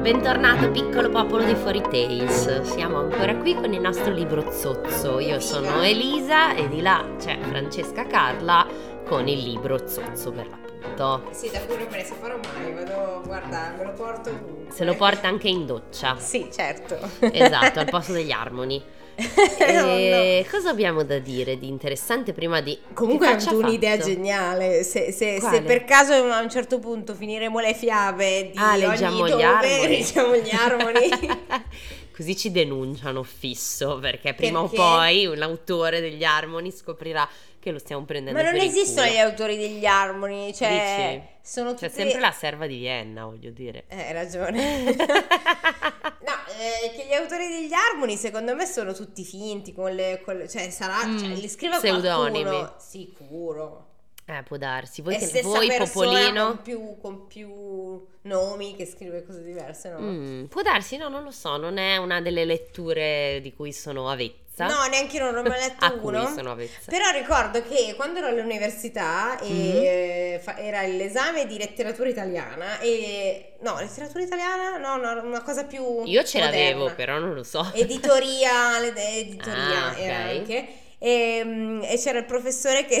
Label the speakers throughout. Speaker 1: Bentornato piccolo popolo di Fuori Tales, siamo ancora qui con il nostro libro Zozzo. Io sono Elisa e di là c'è Francesca Carla con il libro Zozzo per l'appunto.
Speaker 2: Sì, da cui non me ne separo mai, vado, guarda, me lo porto ovunque.
Speaker 1: Se lo porta anche in doccia.
Speaker 2: Sì, certo.
Speaker 1: Esatto, al posto degli Harmony.
Speaker 2: Eh,
Speaker 1: E cosa abbiamo da dire di interessante prima di...
Speaker 2: Comunque
Speaker 1: che
Speaker 2: è
Speaker 1: faccia
Speaker 2: avuto un'idea
Speaker 1: fatto?
Speaker 2: geniale, se, se- se
Speaker 1: Quale?
Speaker 2: per caso a un certo punto finiremo le fiabe di
Speaker 1: Ah,
Speaker 2: ogni
Speaker 1: leggiamo gli
Speaker 2: dove,
Speaker 1: armoni.
Speaker 2: leggiamo gli armoni.
Speaker 1: Così ci denunciano fisso perché prima
Speaker 2: Perché?
Speaker 1: o poi un autore degli Harmony scoprirà che lo stiamo prendendo
Speaker 2: Ma non
Speaker 1: per il
Speaker 2: esistono
Speaker 1: culo.
Speaker 2: gli autori degli armoni, cioè
Speaker 1: Dici?
Speaker 2: sono tutti...
Speaker 1: C'è sempre la serva di Vienna, voglio dire.
Speaker 2: Eh, hai ragione. No, eh, che gli autori degli armoni secondo me sono tutti finti, con le, con le- cioè sarà,
Speaker 1: Mm,
Speaker 2: cioè, li scrive
Speaker 1: pseudonimi.
Speaker 2: qualcuno, sicuro.
Speaker 1: Eh, può darsi. Voi,
Speaker 2: È
Speaker 1: che-
Speaker 2: stessa
Speaker 1: voi,
Speaker 2: persona
Speaker 1: Popolino?
Speaker 2: Con più, con più nomi che scrive cose diverse, no?
Speaker 1: Mm, può darsi, no, non lo so. Non è una delle letture di cui sono avezza.
Speaker 2: No, neanche io non ho mai letto
Speaker 1: A Ah, cui
Speaker 2: uno.
Speaker 1: sono avezza.
Speaker 2: Però ricordo che quando ero all'università e,
Speaker 1: Mhm.
Speaker 2: eh, fa- era l'esame di letteratura italiana e... No, letteratura italiana? No, no, una cosa più
Speaker 1: Io ce l'avevo,
Speaker 2: moderna.
Speaker 1: però non lo so.
Speaker 2: editoria, l'ed- editoria
Speaker 1: Ah, ok.
Speaker 2: era anche. E, mm, e c'era il professore che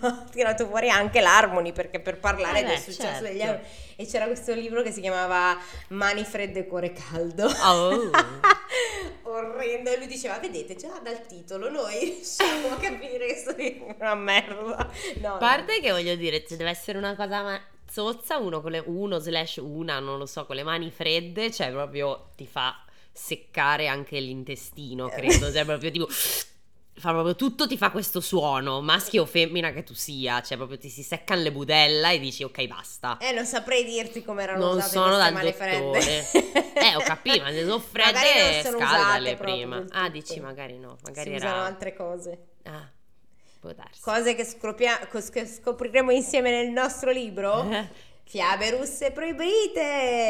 Speaker 2: ha tirato fuori anche l'Harmony perché per parlare
Speaker 1: Eh beh,
Speaker 2: del successo
Speaker 1: certo.
Speaker 2: degli Harmony e c'era questo libro che si chiamava Mani fredde e cuore caldo
Speaker 1: Oh.
Speaker 2: orrendo e lui diceva vedete già dal titolo noi riusciamo a capire che sto libro è una merda no,
Speaker 1: A parte che voglio dire, ci deve essere una cosa ma- zozza, uno con le uno slash una, non lo so, con le mani fredde, cioè proprio ti fa seccare anche
Speaker 2: Eh.
Speaker 1: l'intestino, credo, cioè proprio tipo fa proprio tutto ti fa questo suono, maschio o femmina che tu sia, cioè proprio ti si seccano le budella e dici ok, basta.
Speaker 2: eh non saprei dirti come erano
Speaker 1: Non
Speaker 2: usate
Speaker 1: sono
Speaker 2: queste
Speaker 1: dal
Speaker 2: mani
Speaker 1: dottore.
Speaker 2: fredde
Speaker 1: Eh, ho capito, ma se sono
Speaker 2: Magari non
Speaker 1: fredde
Speaker 2: sono
Speaker 1: scaldale
Speaker 2: usate proprio
Speaker 1: prima.
Speaker 2: del
Speaker 1: Ah,
Speaker 2: tutto.
Speaker 1: dici magari no, magari
Speaker 2: si usano
Speaker 1: era
Speaker 2: altre cose
Speaker 1: Ah, può darsi.
Speaker 2: cose che, scropia- cos- che scopriremo insieme nel nostro libro Fiabe russe proibite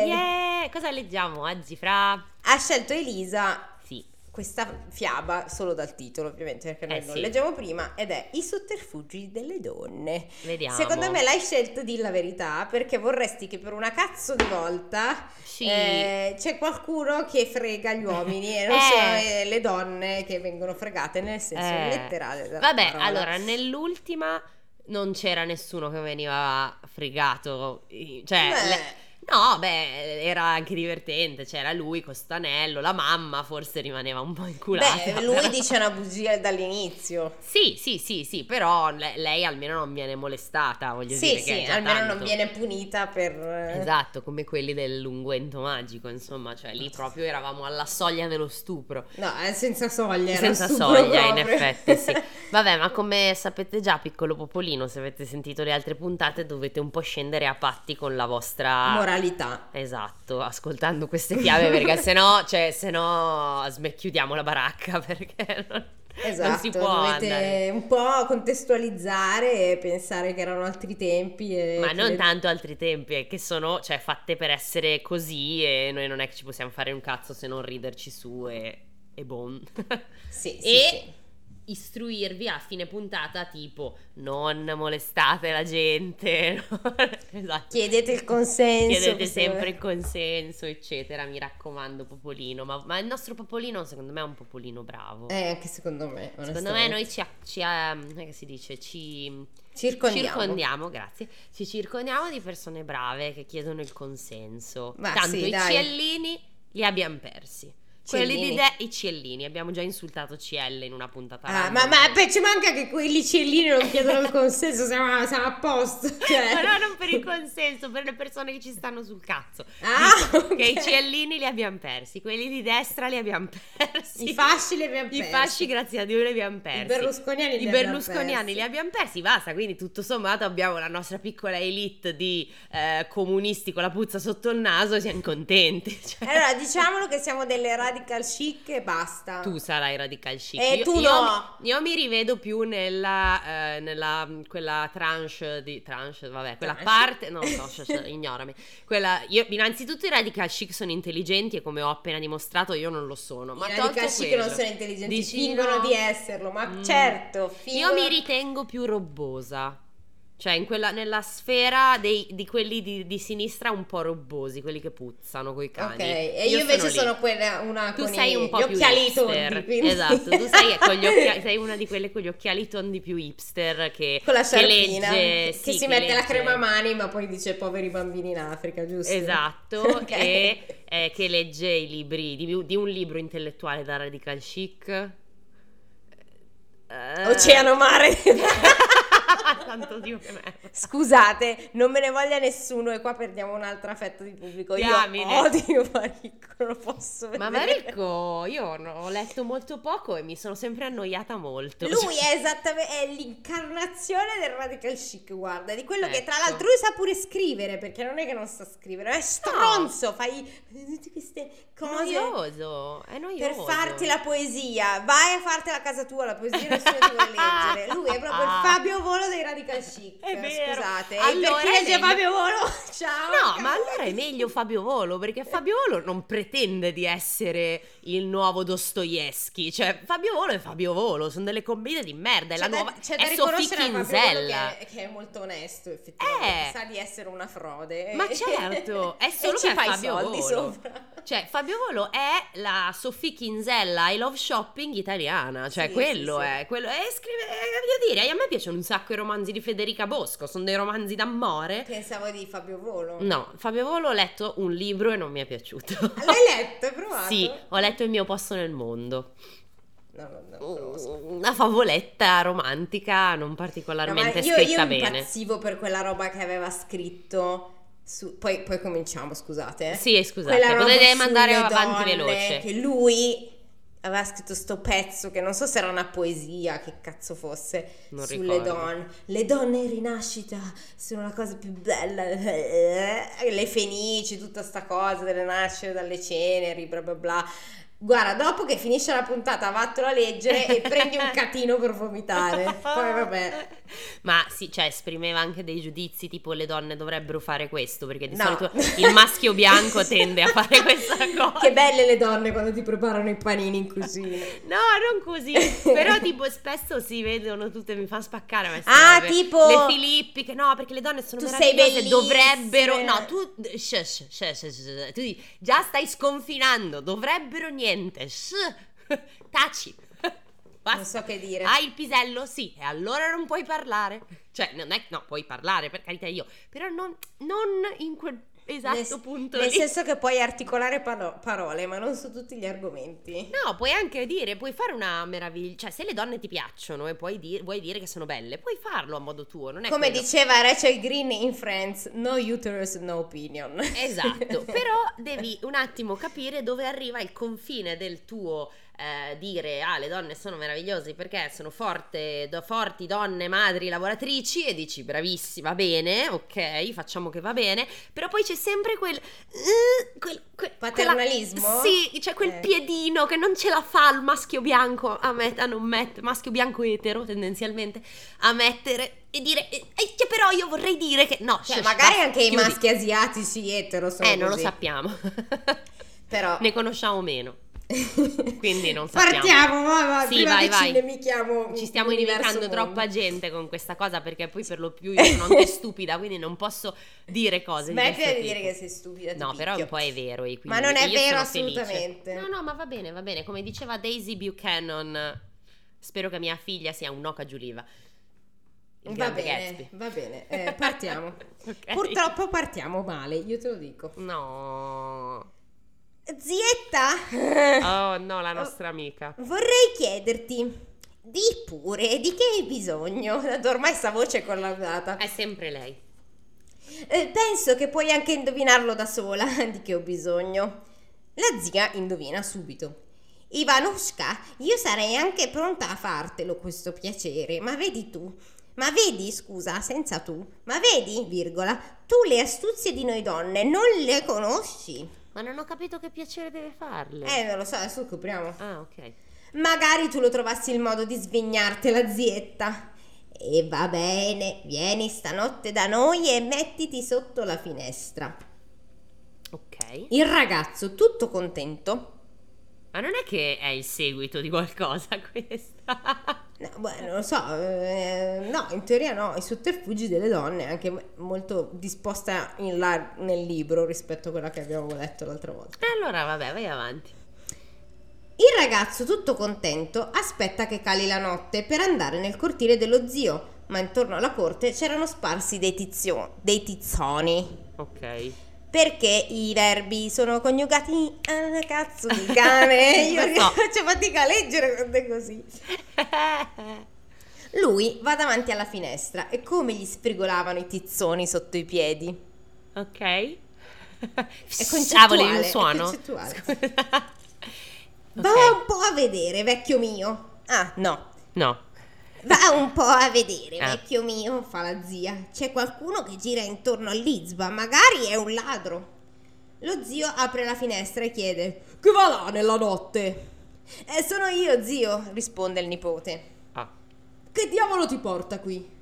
Speaker 1: Yeah! Cosa leggiamo oggi fra?
Speaker 2: ha scelto Elisa
Speaker 1: Sì.
Speaker 2: questa fiaba solo dal titolo ovviamente perché noi
Speaker 1: Eh,
Speaker 2: non
Speaker 1: sì.
Speaker 2: leggiamo prima ed è I sotterfugi delle donne
Speaker 1: Vediamo.
Speaker 2: secondo me l'hai scelto di la verità perché vorresti che per una cazzo di volta
Speaker 1: Sì.
Speaker 2: eh, c'è qualcuno che frega gli uomini e non
Speaker 1: Eh.
Speaker 2: sono eh, le donne che vengono fregate nel senso
Speaker 1: Eh.
Speaker 2: letterale della
Speaker 1: Vabbè,
Speaker 2: parola.
Speaker 1: allora, nell'ultima non c'era nessuno che veniva fregato. eh, Cioè,
Speaker 2: Beh.
Speaker 1: le- no, beh, era anche divertente. C'era lui, Costanello, la mamma forse rimaneva un po' inculata.
Speaker 2: Beh, lui
Speaker 1: però-
Speaker 2: dice una bugia dall'inizio.
Speaker 1: Sì, sì, sì, sì, però le- lei almeno non viene molestata, voglio
Speaker 2: Sì,
Speaker 1: dire. che
Speaker 2: sì,
Speaker 1: è già
Speaker 2: almeno non
Speaker 1: tanto.
Speaker 2: viene punita per... eh,
Speaker 1: Esatto, come quelli dell'unguento magico, insomma, cioè lì proprio eravamo alla soglia dello stupro.
Speaker 2: No, è senza soglia. era
Speaker 1: Senza
Speaker 2: stupro
Speaker 1: soglia, in
Speaker 2: proprio.
Speaker 1: effetti, sì. Vabbè, ma come sapete già, piccolo popolino, se avete sentito le altre puntate, dovete un po' scendere a patti con la vostra.
Speaker 2: Moralità.
Speaker 1: Esatto, ascoltando queste chiavi, perché sennò, cioè, sennò smecchiudiamo la baracca perché non,
Speaker 2: Esatto,
Speaker 1: non si può
Speaker 2: dovete
Speaker 1: andare.
Speaker 2: un po' contestualizzare e pensare che erano altri tempi. e
Speaker 1: Ma
Speaker 2: che
Speaker 1: non
Speaker 2: le-
Speaker 1: tanto altri tempi, è che sono cioè, fatte per essere così e noi non è che ci possiamo fare un cazzo se non riderci su e, e bon.
Speaker 2: Sì, sì,
Speaker 1: e
Speaker 2: sì.
Speaker 1: istruirvi a fine puntata tipo non molestate la gente. esatto.
Speaker 2: Chiedete il consenso.
Speaker 1: Chiedete
Speaker 2: questo-
Speaker 1: sempre il consenso, eccetera. Mi raccomando, Popolino. Ma, ma il nostro Popolino, secondo me, è un Popolino bravo.
Speaker 2: Eh, anche secondo me.
Speaker 1: secondo me,
Speaker 2: onestamente.
Speaker 1: noi ci, ac- ci ehm, come si dice, ci
Speaker 2: circondiamo.
Speaker 1: circondiamo, grazie. Ci circondiamo di persone brave che chiedono il consenso.
Speaker 2: Ma
Speaker 1: Tanto
Speaker 2: sì,
Speaker 1: i
Speaker 2: dai.
Speaker 1: ciellini li abbiamo persi. Quelli
Speaker 2: Ciellini.
Speaker 1: di De, i ciellini, abbiamo già insultato CL in una puntata.
Speaker 2: Ah,
Speaker 1: random.
Speaker 2: ma, ma beh, ci manca che quei licellini non chiedono il consenso, siamo, siamo a posto. cioè.
Speaker 1: Ma no, non per il consenso, per le persone che ci stanno sul cazzo.
Speaker 2: Ah,
Speaker 1: Dico Che i
Speaker 2: ok.
Speaker 1: ciellini li abbiamo persi, quelli di destra li abbiamo persi.
Speaker 2: I fasci li abbiamo
Speaker 1: I
Speaker 2: persi.
Speaker 1: fasci, grazie a Dio, li abbiamo persi.
Speaker 2: I berlusconiani li
Speaker 1: I
Speaker 2: abbiamo
Speaker 1: berlusconiani
Speaker 2: persi.
Speaker 1: li abbiamo persi, basta, quindi tutto sommato abbiamo la nostra piccola elite di eh, comunisti con la puzza sotto il naso e siamo contenti. Cioè,
Speaker 2: Allora, diciamolo che siamo delle radical chic e basta.
Speaker 1: Tu sarai radical chic.
Speaker 2: Eh,
Speaker 1: io,
Speaker 2: tu
Speaker 1: io-
Speaker 2: no.
Speaker 1: io mi rivedo più nella, eh, nella mh, quella tranche di tranche, vabbè, quella
Speaker 2: Tranche?
Speaker 1: parte, no, no, sh- sh- ignorami. Quella io innanzitutto i radical chic sono intelligenti e come ho appena dimostrato io non lo sono, ma
Speaker 2: I
Speaker 1: tolto
Speaker 2: radical chic non
Speaker 1: quello.
Speaker 2: sono intelligenti,
Speaker 1: Dici
Speaker 2: fingono
Speaker 1: no?
Speaker 2: di esserlo, ma
Speaker 1: Mm.
Speaker 2: certo,
Speaker 1: Io
Speaker 2: fingono...
Speaker 1: mi ritengo più robbosa. Cioè, in quella- nella sfera dei- di quelli di, di sinistra un po' robbosi, quelli che puzzano coi cani.
Speaker 2: Ok, e io, invece sono, quella una
Speaker 1: Tu
Speaker 2: con
Speaker 1: sei
Speaker 2: i-
Speaker 1: un po'
Speaker 2: gli
Speaker 1: più
Speaker 2: occhiali
Speaker 1: hipster.
Speaker 2: tondi, quindi-
Speaker 1: Esatto, tu sei, con gli occhia- sei una di quelle con gli occhiali tondi più hipster che,
Speaker 2: con la
Speaker 1: che
Speaker 2: sciarpina
Speaker 1: legge, sì,
Speaker 2: che si mette la
Speaker 1: legge-
Speaker 2: crema a mani, ma poi dice poveri bambini in Africa, giusto?
Speaker 1: Esatto,
Speaker 2: Ok.
Speaker 1: e eh, che legge i libri di, di un libro intellettuale da radical chic. Eh,
Speaker 2: Oceano mare.
Speaker 1: Tanto Dio che merda.
Speaker 2: Scusate, non me ne voglia nessuno e qua perdiamo un'altra fetta di pubblico.
Speaker 1: Diamine.
Speaker 2: Io odio Maricco, non lo posso vedere.
Speaker 1: Ma Maricco, io no- ho letto molto poco e mi sono sempre annoiata molto. Cioè,
Speaker 2: Lui è esattamente è l'incarnazione del radical chic, guarda, di quello che tra
Speaker 1: Ecco.
Speaker 2: l'altro lui sa pure scrivere, perché non è che non sa scrivere, è stronzo, fai tutte queste
Speaker 1: È
Speaker 2: cose
Speaker 1: noioso, è
Speaker 2: per
Speaker 1: noioso.
Speaker 2: farti la poesia. Vai a fartela a casa tua, la poesia nessuno ti vuole leggere. Lui è proprio il Fabio Volo dei radical chic.
Speaker 1: Ah. È vero.
Speaker 2: Scusate, e
Speaker 1: Allora
Speaker 2: per chi
Speaker 1: è
Speaker 2: legge
Speaker 1: meglio-
Speaker 2: Fabio Volo, ciao.
Speaker 1: No, ma allora è meglio Fabio Volo, perché Fabio Volo non pretende di essere il nuovo Dostoevsky. Cioè, Fabio Volo è Fabio Volo, sono delle combine di merda. È
Speaker 2: C'è
Speaker 1: la
Speaker 2: da-
Speaker 1: nuova.
Speaker 2: Cioè, c'è da
Speaker 1: è Sofì
Speaker 2: riconoscere a Fabio Volo
Speaker 1: Kinsella.
Speaker 2: che, che è molto onesto, effettivamente.
Speaker 1: Eh.
Speaker 2: Sa di essere una frode.
Speaker 1: Ma certo, è solo
Speaker 2: e ci
Speaker 1: che è
Speaker 2: fa i
Speaker 1: Fabio
Speaker 2: soldi
Speaker 1: Volo.
Speaker 2: sopra.
Speaker 1: Cioè, Fabio Volo è la Sofì Kinsella I Love Shopping italiana. Cioè,
Speaker 2: Sì,
Speaker 1: quello
Speaker 2: sì, sì.
Speaker 1: è. Quello è scrive, eh, voglio dire, a me piacciono un sacco i romanzi di Federica Bosco. Sono dei romanzi d'amore.
Speaker 2: Pensavo di Fabio Volo.
Speaker 1: No, Fabio Volo ho letto un libro e non mi è piaciuto.
Speaker 2: L'hai letto? Hai provato?
Speaker 1: Sì, ho letto Il mio posto nel mondo.
Speaker 2: No, no, no, non lo so.
Speaker 1: Una favoletta romantica non
Speaker 2: No, ma
Speaker 1: particolarmente
Speaker 2: io,
Speaker 1: scritta
Speaker 2: io
Speaker 1: bene.
Speaker 2: impazzivo per quella roba che aveva scritto. su- poi, poi cominciamo, scusate.
Speaker 1: Sì,
Speaker 2: eh. Quella
Speaker 1: scusate,
Speaker 2: roba
Speaker 1: potete
Speaker 2: sulle
Speaker 1: mandare avanti
Speaker 2: donne,
Speaker 1: veloce.
Speaker 2: Che lui aveva scritto sto pezzo che non so se era una poesia, che cazzo fosse,
Speaker 1: Non
Speaker 2: sulle
Speaker 1: ricordo.
Speaker 2: donne. Le donne in rinascita sono la cosa più bella. eh, Le fenici, tutta sta cosa delle nascere dalle ceneri, bla bla bla. Guarda, dopo che finisce la puntata, vattelo a leggere e prendi un catino per vomitare. Poi vabbè.
Speaker 1: Ma sì, cioè esprimeva anche dei giudizi tipo le donne dovrebbero fare questo, perché di
Speaker 2: No.
Speaker 1: solito il maschio bianco tende a fare questa cosa.
Speaker 2: Che belle le donne quando ti preparano i panini in cucina.
Speaker 1: No, non così. Però, tipo, spesso si vedono tutte, mi fa spaccare. ma
Speaker 2: Ah,
Speaker 1: sarebbe-
Speaker 2: tipo-
Speaker 1: Le Filippi, che no, perché le donne sono
Speaker 2: Tu sei
Speaker 1: meravigliose,
Speaker 2: bellissima.
Speaker 1: dovrebbero. No, tu. sh- sh- sh- sh- sh- tu dici, già stai sconfinando, dovrebbero niente. sh. Taci.
Speaker 2: Non so che dire.
Speaker 1: Hai il pisello? Sì, e allora non puoi parlare. Cioè, non è no, puoi parlare, per carità io, però non, non in quel esatto
Speaker 2: Nel-
Speaker 1: punto
Speaker 2: Nel
Speaker 1: lì.
Speaker 2: senso che puoi articolare paro- parole, ma non su tutti gli argomenti.
Speaker 1: No, puoi anche dire, puoi fare una meraviglia. Cioè, se le donne ti piacciono e puoi dire, vuoi dire che sono belle, puoi farlo a modo tuo, non è
Speaker 2: Come
Speaker 1: quello.
Speaker 2: diceva Rachel Green in Friends, no uterus, no opinion.
Speaker 1: Esatto, però devi un attimo capire dove arriva il confine del tuo eh, dire ah le donne sono meravigliose perché sono forte, do- forti donne, madri, lavoratrici e dici bravissima, bene, ok, facciamo che va bene, però poi c'è sempre quel... eh, quel- quel- quella-
Speaker 2: Paternalismo?
Speaker 1: sì, c'è quel
Speaker 2: Eh.
Speaker 1: piedino che non ce la fa il maschio bianco a met- a non met- maschio bianco etero tendenzialmente, a mettere e dire eh, eh, che però io vorrei dire che no,
Speaker 2: Cioè,
Speaker 1: shush,
Speaker 2: magari
Speaker 1: basta,
Speaker 2: anche i
Speaker 1: chiudi.
Speaker 2: maschi asiatici etero sono
Speaker 1: Eh, non lo
Speaker 2: così,
Speaker 1: sappiamo.
Speaker 2: Però...
Speaker 1: ne conosciamo meno. Quindi non sappiamo.
Speaker 2: Partiamo, vai, vai,
Speaker 1: Sì,
Speaker 2: prima
Speaker 1: vai,
Speaker 2: che
Speaker 1: vai.
Speaker 2: ci inemichiamo
Speaker 1: Ci stiamo
Speaker 2: l'universo
Speaker 1: indicando
Speaker 2: mondo.
Speaker 1: troppa gente con questa cosa perché poi per lo più io sono anche stupida, quindi non posso dire cose
Speaker 2: Smettila
Speaker 1: questo
Speaker 2: di dire
Speaker 1: tipo.
Speaker 2: che sei stupida, ti
Speaker 1: No, però
Speaker 2: picchio.
Speaker 1: un po' è vero. e
Speaker 2: Ma
Speaker 1: quindi
Speaker 2: non è
Speaker 1: io
Speaker 2: vero
Speaker 1: sono felice.
Speaker 2: assolutamente.
Speaker 1: No, no, ma va bene, va bene. Come diceva Daisy Buchanan, spero che mia figlia sia un'oca giuliva. Il
Speaker 2: Va
Speaker 1: grande
Speaker 2: bene,
Speaker 1: Gatsby.
Speaker 2: va bene, eh, partiamo.
Speaker 1: Ok.
Speaker 2: Purtroppo partiamo male, io te lo dico.
Speaker 1: No.
Speaker 2: Zietta!
Speaker 1: Oh, no, la nostra amica.
Speaker 2: Vorrei chiederti, di pure, di che hai bisogno? Tanto Ormai sta voce è collaudata.
Speaker 1: È sempre lei.
Speaker 2: Eh, penso che puoi anche indovinarlo da sola, di che ho bisogno. La zia indovina subito. Ivanushka, io sarei anche pronta a fartelo questo piacere, ma vedi tu, ma vedi, scusa, senza tu, ma vedi, virgola, tu le astuzie di noi donne non le conosci.
Speaker 1: Ma non ho capito che piacere deve farle.
Speaker 2: Eh, non lo so, adesso scopriamo.
Speaker 1: Ah, ok.
Speaker 2: Magari tu lo trovassi il modo di svegnartela, zietta. E va bene, vieni stanotte da noi e mettiti sotto la finestra.
Speaker 1: Ok.
Speaker 2: Il ragazzo, tutto contento,
Speaker 1: Ma non è che è il seguito di qualcosa questa?
Speaker 2: No, beh, non lo so, eh, no, in teoria no, i sotterfugi delle donne è anche molto disposta in là nel libro rispetto a quella che abbiamo letto l'altra volta.
Speaker 1: E allora vabbè, vai avanti.
Speaker 2: Il ragazzo, tutto contento, aspetta che cali la notte per andare nel cortile dello zio, ma intorno alla corte c'erano sparsi dei, tizio- dei tizzoni.
Speaker 1: Ok.
Speaker 2: Perché i verbi sono coniugati a cazzo di cane. Io
Speaker 1: Lo so.
Speaker 2: faccio fatica a leggere quando è così. Lui va davanti alla finestra e come gli sfrigolavano i tizzoni sotto i piedi.
Speaker 1: ok. È
Speaker 2: concettuale,
Speaker 1: un
Speaker 2: è
Speaker 1: suono.
Speaker 2: concettuale. Boh.
Speaker 1: Scusa.
Speaker 2: Va
Speaker 1: Ok.
Speaker 2: un po' a vedere, vecchio mio. Ah, no.
Speaker 1: No.
Speaker 2: Va un po' a vedere,
Speaker 1: Ah.
Speaker 2: vecchio mio, fa la zia. C'è qualcuno che gira intorno all'Izba, magari è un ladro. Lo zio apre la finestra e chiede: Chi va là nella notte? Eh, sono io, zio, risponde il nipote.
Speaker 1: Ah.
Speaker 2: Che diavolo ti porta qui?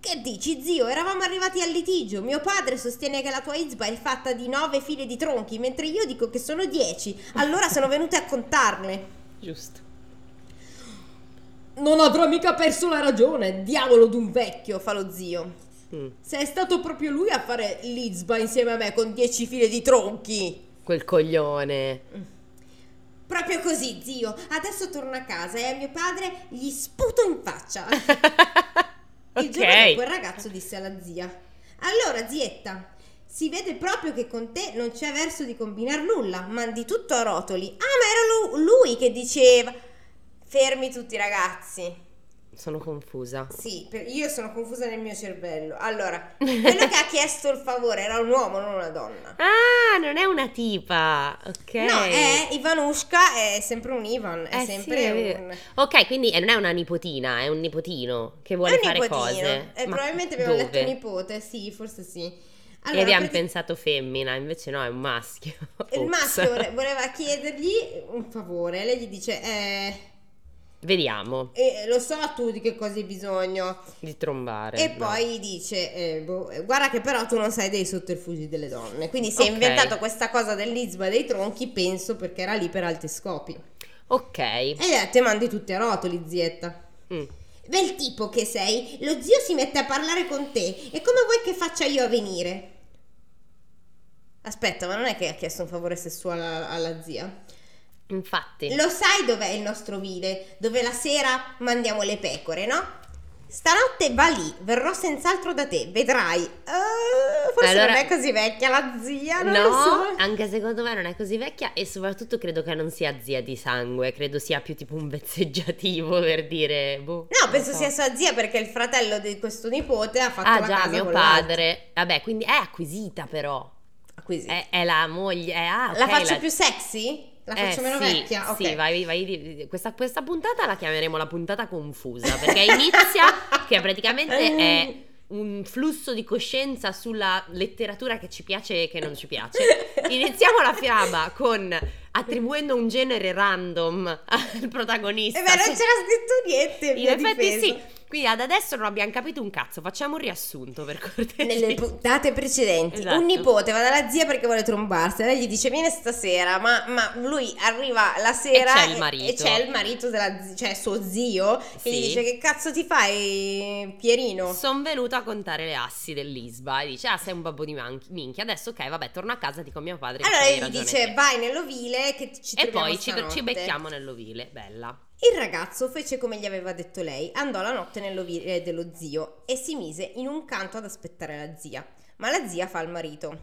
Speaker 2: Che dici, zio? Eravamo arrivati al litigio. Mio padre sostiene che la tua izba è fatta di nove file di tronchi, mentre io dico che sono dieci. Allora sono venute a contarle.
Speaker 1: Giusto.
Speaker 2: Non avrò mica perso la ragione, diavolo d'un vecchio, fa lo zio.
Speaker 1: Mm.
Speaker 2: Se è stato proprio lui a fare l'izba insieme a me con dieci file di tronchi.
Speaker 1: Quel coglione.
Speaker 2: Proprio così, zio. Adesso torno a casa e a mio padre gli sputo in faccia.
Speaker 1: ok.
Speaker 2: Il giorno dopo il ragazzo disse alla zia: Allora, zietta, si vede proprio che con te non c'è verso di combinar nulla, mandi tutto a rotoli. Ah, ma era lu- lui che diceva: Fermi tutti, ragazzi.
Speaker 1: Sono confusa.
Speaker 2: Sì, per- io sono confusa nel mio cervello. Allora, quello che ha chiesto il favore era un uomo, non una donna.
Speaker 1: Ah, non è una tipa. Ok.
Speaker 2: No, è Ivanushka, è sempre un Ivan, è
Speaker 1: Eh,
Speaker 2: sempre
Speaker 1: sì, è vero.
Speaker 2: un.
Speaker 1: Ok, quindi eh, non è una nipotina, è un nipotino che vuole
Speaker 2: è un
Speaker 1: fare
Speaker 2: nipotino.
Speaker 1: cose.
Speaker 2: Eh,
Speaker 1: Ma
Speaker 2: probabilmente abbiamo
Speaker 1: dove?
Speaker 2: letto nipote, sì, forse sì.
Speaker 1: e abbiamo
Speaker 2: prati-
Speaker 1: pensato femmina, invece no, è un maschio.
Speaker 2: Il
Speaker 1: Ops.
Speaker 2: maschio vole- voleva chiedergli un favore, lei gli dice: eh,
Speaker 1: Vediamo
Speaker 2: eh, Lo so tu di che cosa hai bisogno.
Speaker 1: di trombare.
Speaker 2: E
Speaker 1: Eh, no.
Speaker 2: poi gli dice: eh, boh, eh, Guarda, che però tu non sai dei sotterfugi delle donne. Quindi si è
Speaker 1: Ok.
Speaker 2: inventato questa cosa dell'Izba dei tronchi, penso perché era lì per altri scopi.
Speaker 1: Ok.
Speaker 2: E gli ha detto: "Te mandi tutti a rotoli, zietta.
Speaker 1: Mm.
Speaker 2: Bel tipo che sei, lo zio si mette a parlare con te e come vuoi che faccia io a venire? Aspetta, ma non è che ha chiesto un favore sessuale alla- alla zia?
Speaker 1: Infatti.
Speaker 2: Lo sai dov'è il nostro vile? Dove la sera mandiamo le pecore, no? Stanotte va lì, verrò senz'altro da te, vedrai. Eh, forse
Speaker 1: Allora-
Speaker 2: non è così vecchia la zia, ah, non lo
Speaker 1: No,
Speaker 2: so.
Speaker 1: anche secondo me non è così vecchia e soprattutto credo che non sia zia di sangue, credo sia più tipo un vezzeggiativo per dire... Boh,
Speaker 2: No,
Speaker 1: non
Speaker 2: penso
Speaker 1: so.
Speaker 2: sia sua zia perché il fratello di questo nipote ha fatto
Speaker 1: Ah
Speaker 2: la
Speaker 1: già,
Speaker 2: casa
Speaker 1: mio
Speaker 2: con
Speaker 1: padre. Vabbè, quindi è acquisita però.
Speaker 2: l'altro. Così.
Speaker 1: È, è la moglie. È, ah, Eh, ok,
Speaker 2: Ah, la faccio più sexy? La faccio
Speaker 1: eh,
Speaker 2: meno
Speaker 1: sì,
Speaker 2: vecchia? Ok.
Speaker 1: Sì, vai, vai di- questa, questa puntata la chiameremo la puntata confusa perché inizia che
Speaker 2: Eh.
Speaker 1: praticamente è un flusso di coscienza sulla letteratura che ci piace e che non ci piace. cioè, Iniziamo la
Speaker 2: Eh,
Speaker 1: fiaba con attribuendo un genere random al protagonista.
Speaker 2: Eh beh, non c'era scritto niente.
Speaker 1: In
Speaker 2: mia
Speaker 1: effetti
Speaker 2: difesa.
Speaker 1: sì. Quindi ad adesso non abbiamo capito un cazzo, facciamo un riassunto per cortesia.
Speaker 2: Nelle puntate precedenti,
Speaker 1: Esatto.
Speaker 2: un nipote va dalla zia perché vuole trombarsi. Lei gli dice: Vieni stasera. Ma, ma lui arriva la sera
Speaker 1: c'è il marito.
Speaker 2: e c'è il marito della zia, cioè suo zio, che
Speaker 1: Sì.
Speaker 2: gli dice: Che cazzo ti fai, Pierino?
Speaker 1: Sono venuto a contare le assi dell'Isba e dice: Ah, sei un babbo di man- minchia. Adesso, ok, vabbè, torno a casa, dico a mio padre. che
Speaker 2: allora
Speaker 1: avevi
Speaker 2: gli
Speaker 1: ragione
Speaker 2: dice:
Speaker 1: te.
Speaker 2: Vai nell'ovile che ci
Speaker 1: E
Speaker 2: troviamo
Speaker 1: poi ci, tro- ci
Speaker 2: stanotte."
Speaker 1: becchiamo nell'ovile. Bella.
Speaker 2: Il ragazzo fece come gli aveva detto lei, andò la notte nell'ovile dello zio e si mise in un canto ad aspettare la zia. Ma la zia fa al marito.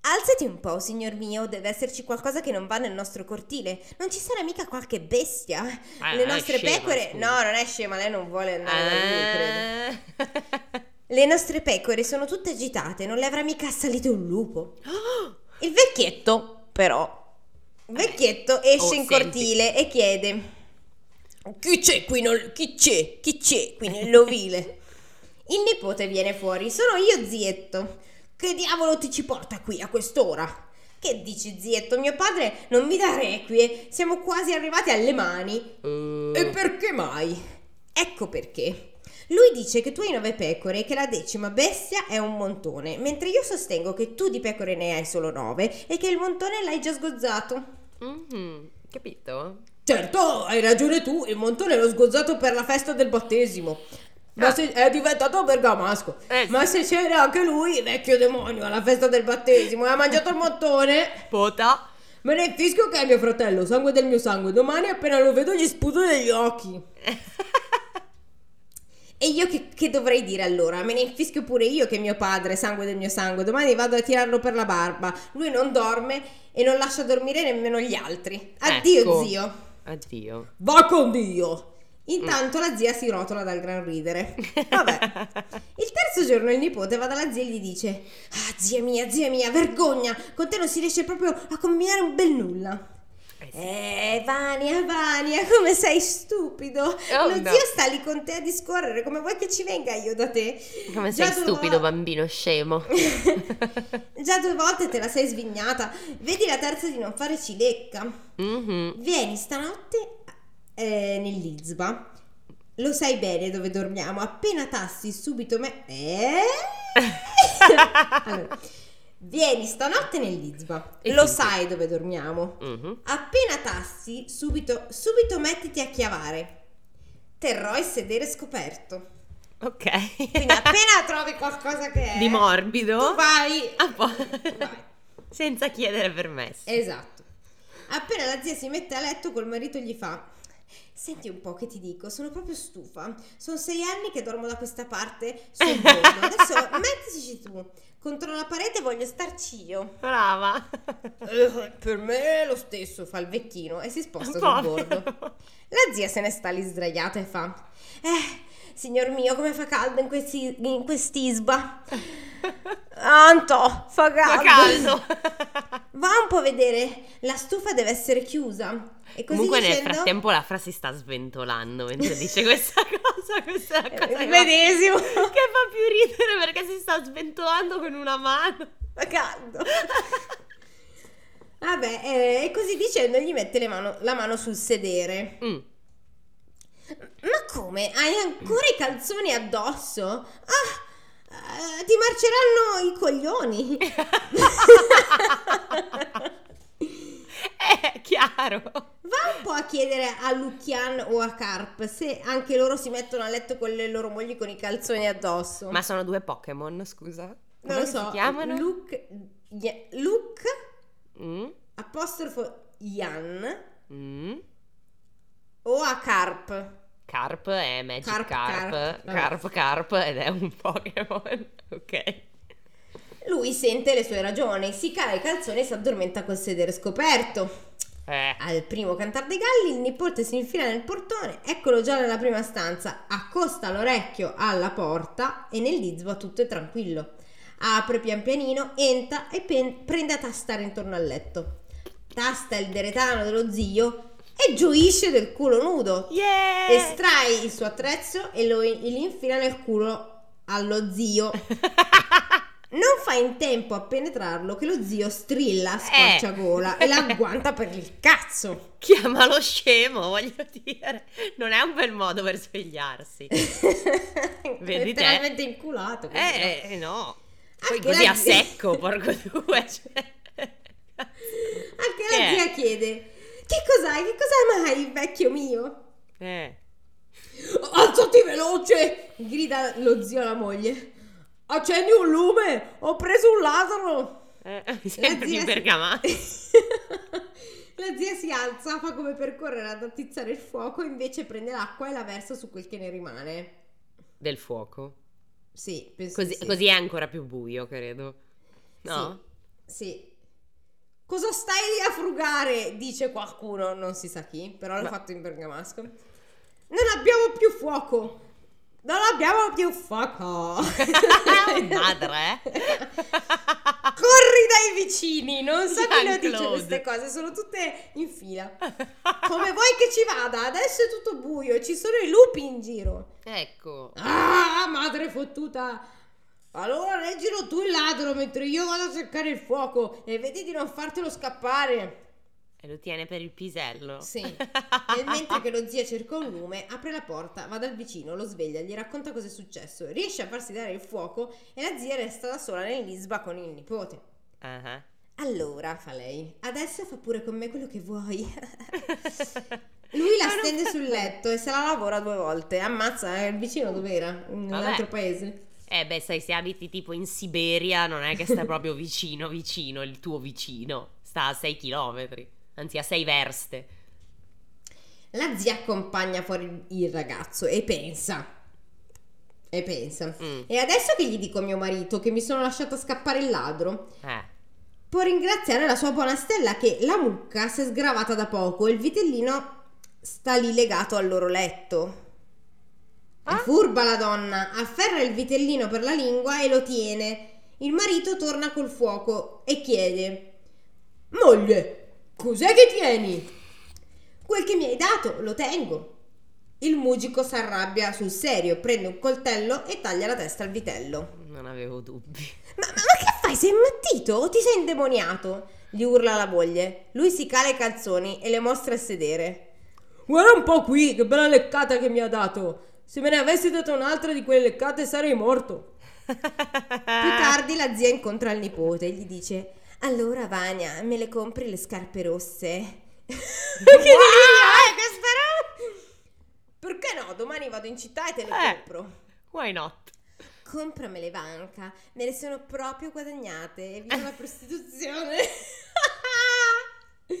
Speaker 2: Alzati un po', signor mio, deve esserci qualcosa che non va nel nostro cortile. Non ci sarà mica qualche bestia?
Speaker 1: Ah,
Speaker 2: Le
Speaker 1: non è
Speaker 2: nostre
Speaker 1: scema,
Speaker 2: pecore...
Speaker 1: scusa.
Speaker 2: No, non è scema, lei non vuole andare da lui, credo.
Speaker 1: Eh.
Speaker 2: Le nostre pecore sono tutte agitate, non le avrà mica assalito un lupo.
Speaker 1: Eh.
Speaker 2: Il vecchietto, però, il vecchietto esce
Speaker 1: Oh,
Speaker 2: in
Speaker 1: senti.
Speaker 2: cortile e chiede: Chi c'è qui? nel- chi c'è? Chi c'è qui nell'ovile? Il nipote viene fuori: Sono io, zietto. Che diavolo ti ci porta qui a quest'ora? Che dici, zietto? Mio padre non mi dà requie. Siamo quasi arrivati alle mani.
Speaker 1: Mm.
Speaker 2: E perché mai? Ecco perché. Lui dice che tu hai nove pecore e che la decima bestia è un montone, mentre io sostengo che tu di pecore ne hai solo nove e che il montone l'hai già sgozzato.
Speaker 1: Mhm. Mm-hmm. Capito?
Speaker 2: Certo, hai ragione tu, il montone l'ho sgozzato per la festa del battesimo. Ma
Speaker 1: Ah.
Speaker 2: se è diventato bergamasco.
Speaker 1: Eh, sì.
Speaker 2: Ma se c'era anche lui, vecchio demonio, alla festa del battesimo e ha mangiato il montone,
Speaker 1: Pota.
Speaker 2: me ne fischio che è mio fratello, sangue del mio sangue. Domani appena lo vedo gli sputo negli occhi. E io che, che dovrei dire allora? Me ne infischio pure io che mio padre, sangue del mio sangue, domani vado a tirarlo per la barba. Lui non dorme e non lascia dormire nemmeno gli altri. Addio
Speaker 1: Ecco.
Speaker 2: zio.
Speaker 1: Addio.
Speaker 2: Va con Dio. Intanto la zia si rotola dal gran ridere. Vabbè. Il terzo giorno il nipote va dalla zia e gli dice: Ah, zia mia, zia mia, vergogna! Con te non si riesce proprio a combinare un bel nulla.
Speaker 1: Eh sì.
Speaker 2: Eh, Vania, Vania, come sei stupido! Lo
Speaker 1: Eh, oh, no.
Speaker 2: zio sta lì con te a discorrere, come vuoi che ci venga io da te?
Speaker 1: Come
Speaker 2: Già
Speaker 1: sei
Speaker 2: due
Speaker 1: stupido,
Speaker 2: vo-
Speaker 1: bambino scemo.
Speaker 2: Già due volte te la sei svignata. Vedi la terza di non fare cilecca.
Speaker 1: Mhm.
Speaker 2: Vieni stanotte eh, nell'Izba. Lo sai bene dove dormiamo. Appena tassi subito me. Eh? Allora, vieni stanotte nell'Izba.
Speaker 1: E
Speaker 2: Lo
Speaker 1: quindi?
Speaker 2: sai dove dormiamo.
Speaker 1: Mhm.
Speaker 2: Appena tassi, subito, subito mettiti a chiavare. Terrò il sedere scoperto.
Speaker 1: Ok.
Speaker 2: Quindi appena trovi qualcosa che è.
Speaker 1: Di morbido.
Speaker 2: Tu vai.
Speaker 1: Ah, po-
Speaker 2: Vai.
Speaker 1: Senza chiedere permesso.
Speaker 2: Esatto. Appena la zia si mette a letto, col marito gli fa: Senti un po' che ti dico, sono proprio stufa. Sono sei anni che dormo da questa parte sul mondo. Adesso mettici tu. Contro la parete voglio starci io.
Speaker 1: Brava.
Speaker 2: per me è lo stesso, fa il vecchino e si sposta sul bordo.
Speaker 1: Povero.
Speaker 2: La zia se ne sta lì sdraiata e fa: Eh, signor mio, come fa caldo in, questi, in quest'isba. Anto, fa
Speaker 1: Fa
Speaker 2: caldo.
Speaker 1: caldo.
Speaker 2: Va un po' a vedere, la stufa deve essere chiusa. E così
Speaker 1: Comunque nel
Speaker 2: dicendo,
Speaker 1: frattempo la frase sta sventolando mentre dice questa cosa, questa è la cosa
Speaker 2: Eh,
Speaker 1: che
Speaker 2: il
Speaker 1: fa-
Speaker 2: medesimo.
Speaker 1: che fa più ridere perché si sta sventolando con una mano.
Speaker 2: Fa caldo. Vabbè, eh, e così dicendo gli mette le mano- la mano sul sedere.
Speaker 1: Mm.
Speaker 2: Ma come? Hai ancora i calzoni addosso? Ah, eh, ti marceranno i coglioni.
Speaker 1: È chiaro.
Speaker 2: Va un po' a chiedere a Lucian o a Carp se anche loro si mettono a letto con le loro mogli con i calzoni addosso.
Speaker 1: Ma sono due Pokémon, scusa. Come
Speaker 2: non lo
Speaker 1: si
Speaker 2: so.
Speaker 1: chiamano?
Speaker 2: Luke, Ye- Luke
Speaker 1: Mm,
Speaker 2: apostrofo Ian
Speaker 1: mm.
Speaker 2: o a Carp.
Speaker 1: Carp è Magic
Speaker 2: Carp,
Speaker 1: Carp.
Speaker 2: Carp.
Speaker 1: Carp, Carp, ed è un Pokémon. Ok.
Speaker 2: Lui sente le sue ragioni, si cala i calzoni e si addormenta col sedere scoperto.
Speaker 1: Eh.
Speaker 2: Al primo cantar dei galli, il nipote si infila nel portone, eccolo già nella prima stanza, accosta l'orecchio alla porta e nell'izba tutto è tranquillo. Apre pian pianino, entra e pen- prende a tastare intorno al letto. Tasta il deretano dello zio e gioisce del culo nudo,
Speaker 1: Yeah!
Speaker 2: Estrae il suo attrezzo e lo in- li infila nel culo allo zio. Non fa in tempo a penetrarlo che lo zio strilla, squarciagola e la guanta per il cazzo.
Speaker 1: Chiamalo scemo, voglio dire. Non è un bel modo per svegliarsi. Eh, Vedi te?
Speaker 2: Letteralmente inculato. quindi, no?
Speaker 1: eh, no. Poi
Speaker 2: Anche
Speaker 1: così
Speaker 2: la
Speaker 1: a
Speaker 2: zia-
Speaker 1: secco, porco due. Cioè.
Speaker 2: Anche
Speaker 1: Che
Speaker 2: la
Speaker 1: è?
Speaker 2: zia chiede: Che cos'hai? Che cos'hai mai, vecchio mio?
Speaker 1: Eh.
Speaker 2: Alzati veloce! grida lo zio alla moglie. Accendi un lume! Ho preso un ladro!
Speaker 1: eh,
Speaker 2: La
Speaker 1: Sempre più
Speaker 2: zia si-
Speaker 1: bergamasco.
Speaker 2: la zia si alza, fa come per correre ad attizzare il fuoco, invece prende l'acqua e la versa su quel che ne rimane.
Speaker 1: Del fuoco.
Speaker 2: Sì, penso
Speaker 1: Così,
Speaker 2: di sì.
Speaker 1: così è ancora più buio, credo. No?
Speaker 2: Sì, sì. Cosa stai a frugare? Dice qualcuno, non si sa chi, però l'ho
Speaker 1: Ma-
Speaker 2: fatto in bergamasco. Non abbiamo più fuoco! Non abbiamo più fuoco!
Speaker 1: Madre, eh?
Speaker 2: Corri dai vicini, non so chi lo dice
Speaker 1: Jean-Claude.
Speaker 2: queste cose, sono tutte in fila. Come vuoi che ci vada? Adesso è tutto buio, ci sono i lupi in giro.
Speaker 1: ecco.
Speaker 2: Ah, madre fottuta! Allora reggilo tu il ladro mentre io vado a cercare il fuoco e vedi di non fartelo scappare.
Speaker 1: E lo tiene per il pisello.
Speaker 2: Sì. Nel mentre che lo zio cerca un lume, apre la porta, va dal vicino, lo sveglia, gli racconta cosa è successo, riesce a farsi dare il fuoco e la zia resta da sola nell'isba con il nipote.
Speaker 1: Ah,
Speaker 2: Allora, fa lei, adesso fa pure con me quello che vuoi.
Speaker 1: ah.
Speaker 2: Lui la
Speaker 1: Ma non
Speaker 2: stende
Speaker 1: fa-
Speaker 2: sul letto e se la lavora due volte. Ammazza, è vicino dove era? In un
Speaker 1: Vabbè.
Speaker 2: altro paese.
Speaker 1: Eh beh, sai, se abiti tipo in Siberia non è che sta proprio vicino, vicino, il tuo vicino. Sta a 6 chilometri, anzi a 6 verste.
Speaker 2: La zia accompagna fuori il ragazzo e pensa. E pensa.
Speaker 1: Mm,
Speaker 2: E adesso che gli dico a mio marito che mi sono lasciata scappare il ladro,
Speaker 1: eh.
Speaker 2: può ringraziare la sua buona stella che la mucca si è sgravata da poco e il vitellino sta lì legato al loro letto. È
Speaker 1: Ah.
Speaker 2: furba la donna, afferra il vitellino per la lingua e lo tiene. Il marito torna col fuoco e chiede: Moglie, cos'è che tieni? Quel che mi hai dato, lo tengo. Il mugico s'arrabbia sul serio, prende un coltello e taglia la testa al vitello.
Speaker 1: Non avevo dubbi.
Speaker 2: Ma, ma- ma che fai? Sei immattito o ti sei indemoniato? Gli urla la moglie. Lui si cala i calzoni e le mostra il sedere. Guarda un po' qui, che bella leccata che mi ha dato. Se me ne avessi dato un'altra di quelle leccate sarei morto. Più tardi la zia incontra il nipote e gli dice: Allora, Vania, me le compri le scarpe rosse? che delirio è questa roba? Perché no? Domani vado in città e te le
Speaker 1: Eh.
Speaker 2: compro.
Speaker 1: Why not?
Speaker 2: Compramele banca, me le sono proprio guadagnate e viva la prostituzione.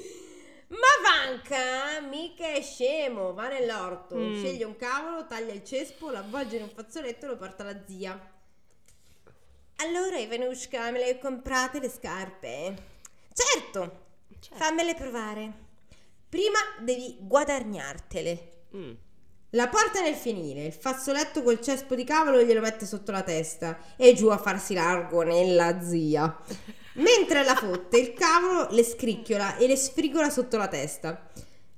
Speaker 2: Ma Vanca mica è scemo, va nell'orto,
Speaker 1: Mm.
Speaker 2: sceglie un cavolo, taglia il cespo, lo avvolge in un fazzoletto e lo porta alla zia. Allora Ivanushka, me le comprate le scarpe? Certo,
Speaker 1: Cioè,
Speaker 2: fammele provare. Prima devi guadagnartele.
Speaker 1: mm,
Speaker 2: La porta nel fienile, il fazzoletto col cespo di cavolo glielo mette sotto la testa e giù a farsi largo nella zia. Mentre la fotte, il cavolo le scricchiola e le sfrigola sotto la testa.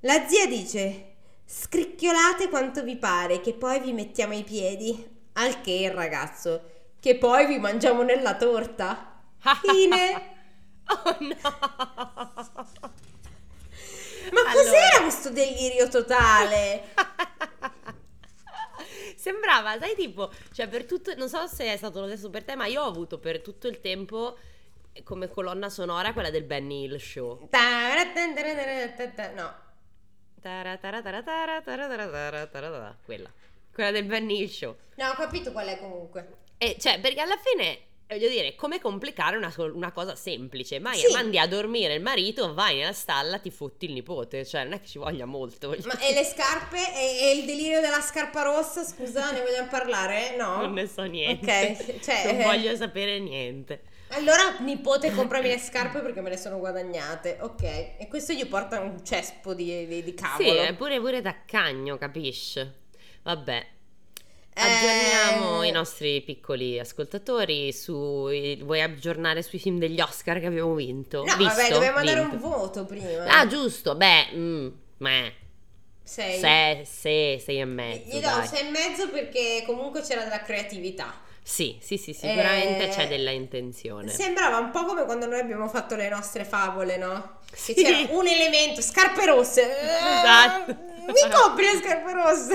Speaker 2: La zia dice: Scricchiolate quanto vi pare, che poi vi mettiamo i piedi. Al che il ragazzo: Che poi vi mangiamo nella torta. Fine.
Speaker 1: Oh no!
Speaker 2: Ma
Speaker 1: Allora.
Speaker 2: cos'era questo delirio totale?
Speaker 1: Sembrava, sai, tipo, cioè per tutto, non so se è stato lo stesso per te, ma io ho avuto per tutto il tempo eh, come colonna sonora quella del Benny Hill Show.
Speaker 2: No.
Speaker 1: Tara tara tara tara tara tara tara tara tara, Quella. Quella del Benny Hill Show.
Speaker 2: No, ho capito qual è comunque.
Speaker 1: E cioè, perché alla fine, voglio dire, come complicare una, sol- una cosa semplice? Ma
Speaker 2: Sì.
Speaker 1: mandi a dormire il marito, vai nella stalla, ti fotti il nipote. Cioè, non è che ci voglia molto. voglio
Speaker 2: Ma
Speaker 1: dire.
Speaker 2: e le scarpe? E, e il delirio della scarpa rossa? Scusa, ne vogliamo parlare? No.
Speaker 1: Non ne so niente.
Speaker 2: Ok, cioè-
Speaker 1: non voglio sapere niente.
Speaker 2: Allora, nipote, comprami le scarpe perché me le sono guadagnate. Ok. E questo gli porta un cespo di, di- di cavolo.
Speaker 1: Sì, è pure, pure da cagno, capisci? Vabbè, aggiorniamo
Speaker 2: Eh,
Speaker 1: i nostri piccoli ascoltatori su... Vuoi aggiornare sui film degli Oscar che abbiamo vinto?
Speaker 2: No,
Speaker 1: Visto?
Speaker 2: vabbè, dobbiamo dare un eh.
Speaker 1: Vinto.
Speaker 2: voto prima.
Speaker 1: Ah, giusto, beh, mm, ma...
Speaker 2: sei.
Speaker 1: Sei, sei, sei e mezzo,
Speaker 2: Eh, Gli do
Speaker 1: dai.
Speaker 2: un sei e mezzo perché comunque c'era della creatività.
Speaker 1: Sì, sì, sì, sicuramente
Speaker 2: Eh,
Speaker 1: c'è della intenzione.
Speaker 2: Sembrava un po' come quando noi abbiamo fatto le nostre favole, no?
Speaker 1: Sì.
Speaker 2: Che c'era un elemento, scarpe rosse. Eh,
Speaker 1: Esatto.
Speaker 2: Mi compri le scarpe rosse.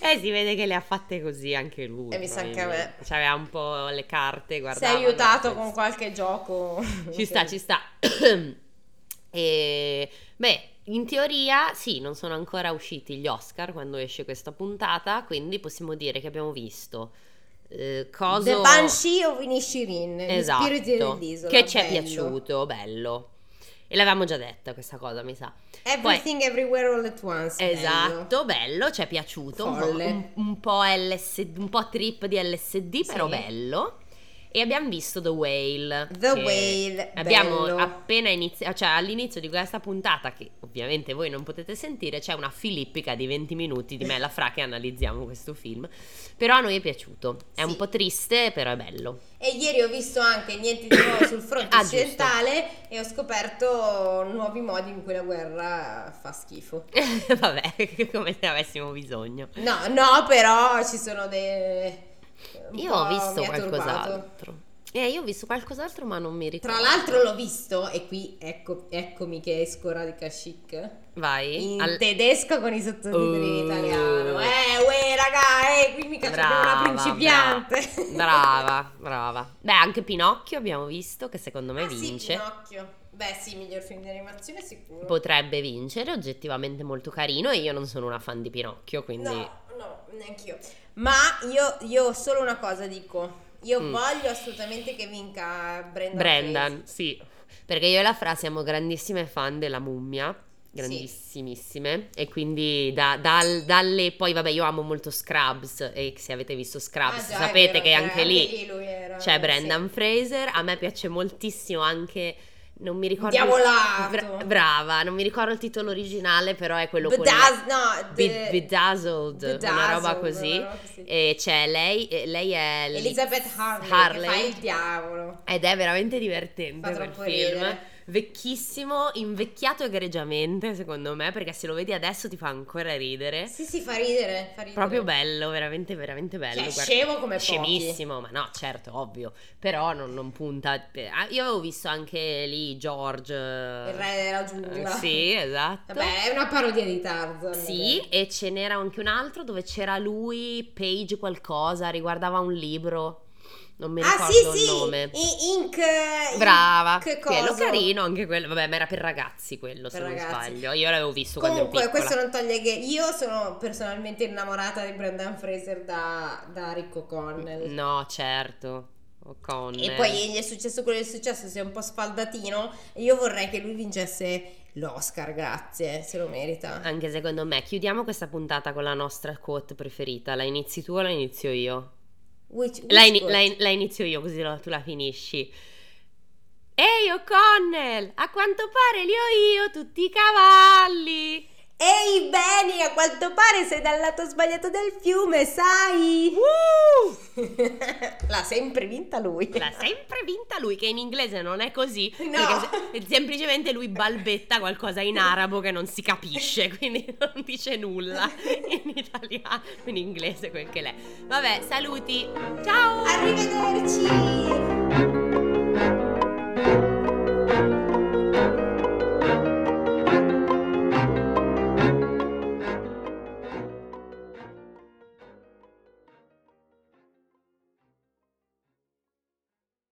Speaker 1: Eh, si vede che le ha fatte così anche lui.
Speaker 2: E Eh, mi sa anche a me.
Speaker 1: probabilmente. C'aveva un po' le carte,
Speaker 2: Si è
Speaker 1: guardava.
Speaker 2: aiutato
Speaker 1: no,
Speaker 2: con qualche gioco.
Speaker 1: Ci sta, ci sta. e, beh, in teoria sì, non sono ancora usciti gli Oscar quando esce questa puntata, quindi possiamo dire che abbiamo visto eh, coso...
Speaker 2: The Banshee o Inishirin,
Speaker 1: Esatto,
Speaker 2: gli spiriti dell'isola.
Speaker 1: che ci è
Speaker 2: bello.
Speaker 1: piaciuto, bello. E l'avevamo già detta questa cosa, mi sa.
Speaker 2: Everything Everywhere All At Once. bello.
Speaker 1: Esatto, bello, ci è piaciuto, un po',
Speaker 2: Folle.
Speaker 1: un- un po' LSD, un po' trip di LSD, però
Speaker 2: Sì.
Speaker 1: bello. E abbiamo visto The Whale.
Speaker 2: The
Speaker 1: che
Speaker 2: Whale.
Speaker 1: Abbiamo
Speaker 2: bello.
Speaker 1: appena iniziato, cioè all'inizio di questa puntata, che ovviamente voi non potete sentire, c'è una filippica di 20 minuti di me e la Fra che analizziamo questo film. Però a noi è piaciuto. È
Speaker 2: Sì.
Speaker 1: un po' triste, però è bello.
Speaker 2: E ieri ho visto anche niente di nuovo sul fronte
Speaker 1: Ah, giusto.
Speaker 2: occidentale e ho scoperto nuovi modi in cui la guerra fa schifo.
Speaker 1: Vabbè, come se ne avessimo bisogno.
Speaker 2: No, no, però ci sono dei... un
Speaker 1: Io
Speaker 2: po'
Speaker 1: ho
Speaker 2: mi
Speaker 1: visto
Speaker 2: ha turbato.
Speaker 1: qualcos'altro. Eh, io ho visto qualcos'altro, ma non mi ricordo.
Speaker 2: Tra l'altro l'ho visto e qui ecco, eccomi che esco radical chic.
Speaker 1: Vai.
Speaker 2: in
Speaker 1: al-
Speaker 2: tedesco con i sottotitoli in
Speaker 1: Oh.
Speaker 2: italiano. Eh, uè, raga, eh, qui mica c'abbiamo
Speaker 1: Brava.
Speaker 2: una principiante.
Speaker 1: Brava, brava. Beh, anche Pinocchio abbiamo visto che secondo me
Speaker 2: Ah, sì,
Speaker 1: vince.
Speaker 2: Pinocchio. Beh, sì, miglior film di animazione sicuro.
Speaker 1: Potrebbe vincere, oggettivamente molto carino e io non sono una fan di Pinocchio, quindi...
Speaker 2: No, no, neanche io. Ma io, io solo una cosa dico. Io
Speaker 1: Mm.
Speaker 2: voglio assolutamente che vinca Brendan.
Speaker 1: Brendan, sì. Perché io e la Fra siamo grandissime fan della mummia, grandissimissime. E quindi da- dal- dalle... Poi vabbè, io amo molto Scrubs e se avete visto
Speaker 2: Fraser.
Speaker 1: Scrubs
Speaker 2: Ah, già, è
Speaker 1: sapete
Speaker 2: vero,
Speaker 1: che
Speaker 2: eh,
Speaker 1: anche lì
Speaker 2: lui
Speaker 1: c'è
Speaker 2: era- Eh, sì.
Speaker 1: Cioè, Brendan Fraser. A me piace moltissimo anche... Non mi ricordo...
Speaker 2: Diavolato.
Speaker 1: Bra- brava, non mi ricordo il titolo originale, però è quello con la-
Speaker 2: Bedaz- no,
Speaker 1: Be-
Speaker 2: the-
Speaker 1: Bedazzled, una roba
Speaker 2: Bedazzled,
Speaker 1: così.
Speaker 2: una roba così.
Speaker 1: E c'è lei, e lei è Liz-
Speaker 2: Elizabeth Harley,
Speaker 1: Harley.
Speaker 2: che fa il diavolo.
Speaker 1: ed è veramente
Speaker 2: Fa
Speaker 1: divertente quel
Speaker 2: troppo
Speaker 1: film.
Speaker 2: ridere.
Speaker 1: Vecchissimo, invecchiato egregiamente, secondo me, perché se lo vedi adesso ti fa ancora ridere.
Speaker 2: Sì, sì, fa ridere, fa ridere.
Speaker 1: Proprio bello, veramente, veramente bello.
Speaker 2: Cioè,
Speaker 1: guarda.
Speaker 2: scemo come pochi.
Speaker 1: Scemissimo, ma no, certo, ovvio. Però non, non punta. Ah, Io avevo visto anche lì George. eh,
Speaker 2: Il re della giungla.
Speaker 1: Sì, esatto.
Speaker 2: Vabbè, è una parodia di Tarzan.
Speaker 1: Sì, e ce n'era anche un altro dove c'era lui, Page qualcosa, riguardava un libro. Non mi ricordo
Speaker 2: ah, sì,
Speaker 1: il
Speaker 2: sì.
Speaker 1: nome.
Speaker 2: I- Ink.
Speaker 1: Brava,
Speaker 2: Ink
Speaker 1: quello
Speaker 2: coso.
Speaker 1: carino anche quello. Vabbè, ma era per ragazzi quello, se
Speaker 2: Per
Speaker 1: non
Speaker 2: ragazzi.
Speaker 1: sbaglio. Io l'avevo visto quando
Speaker 2: Comunque,
Speaker 1: ero piccola.
Speaker 2: questo non toglie che io sono personalmente innamorata di Brendan Fraser da, da Ricco Connell.
Speaker 1: No, certo. eh, O'Connell.
Speaker 2: E poi gli è successo quello che è successo, si è un po' sfaldatino. e Io vorrei che lui vincesse l'Oscar, grazie, se lo merita.
Speaker 1: Anche secondo me, chiudiamo questa puntata con la nostra quote preferita. La inizi tu o la inizio io?
Speaker 2: Which-
Speaker 1: La, ini-
Speaker 2: which
Speaker 1: la in- la inizio io, così la- tu la finisci. Ehi O'Connell, a quanto pare li ho io tutti i cavalli.
Speaker 2: Ehi Beni, a quanto pare sei dal lato sbagliato del fiume, sai? L'ha sempre vinta lui.
Speaker 1: L'ha sempre vinta lui, che in inglese non è così.
Speaker 2: No.
Speaker 1: Perché se- semplicemente lui balbetta qualcosa in arabo che non si capisce, quindi non dice nulla in italiano, in inglese quel che l'è. Vabbè, saluti. Ciao!
Speaker 2: Arrivederci!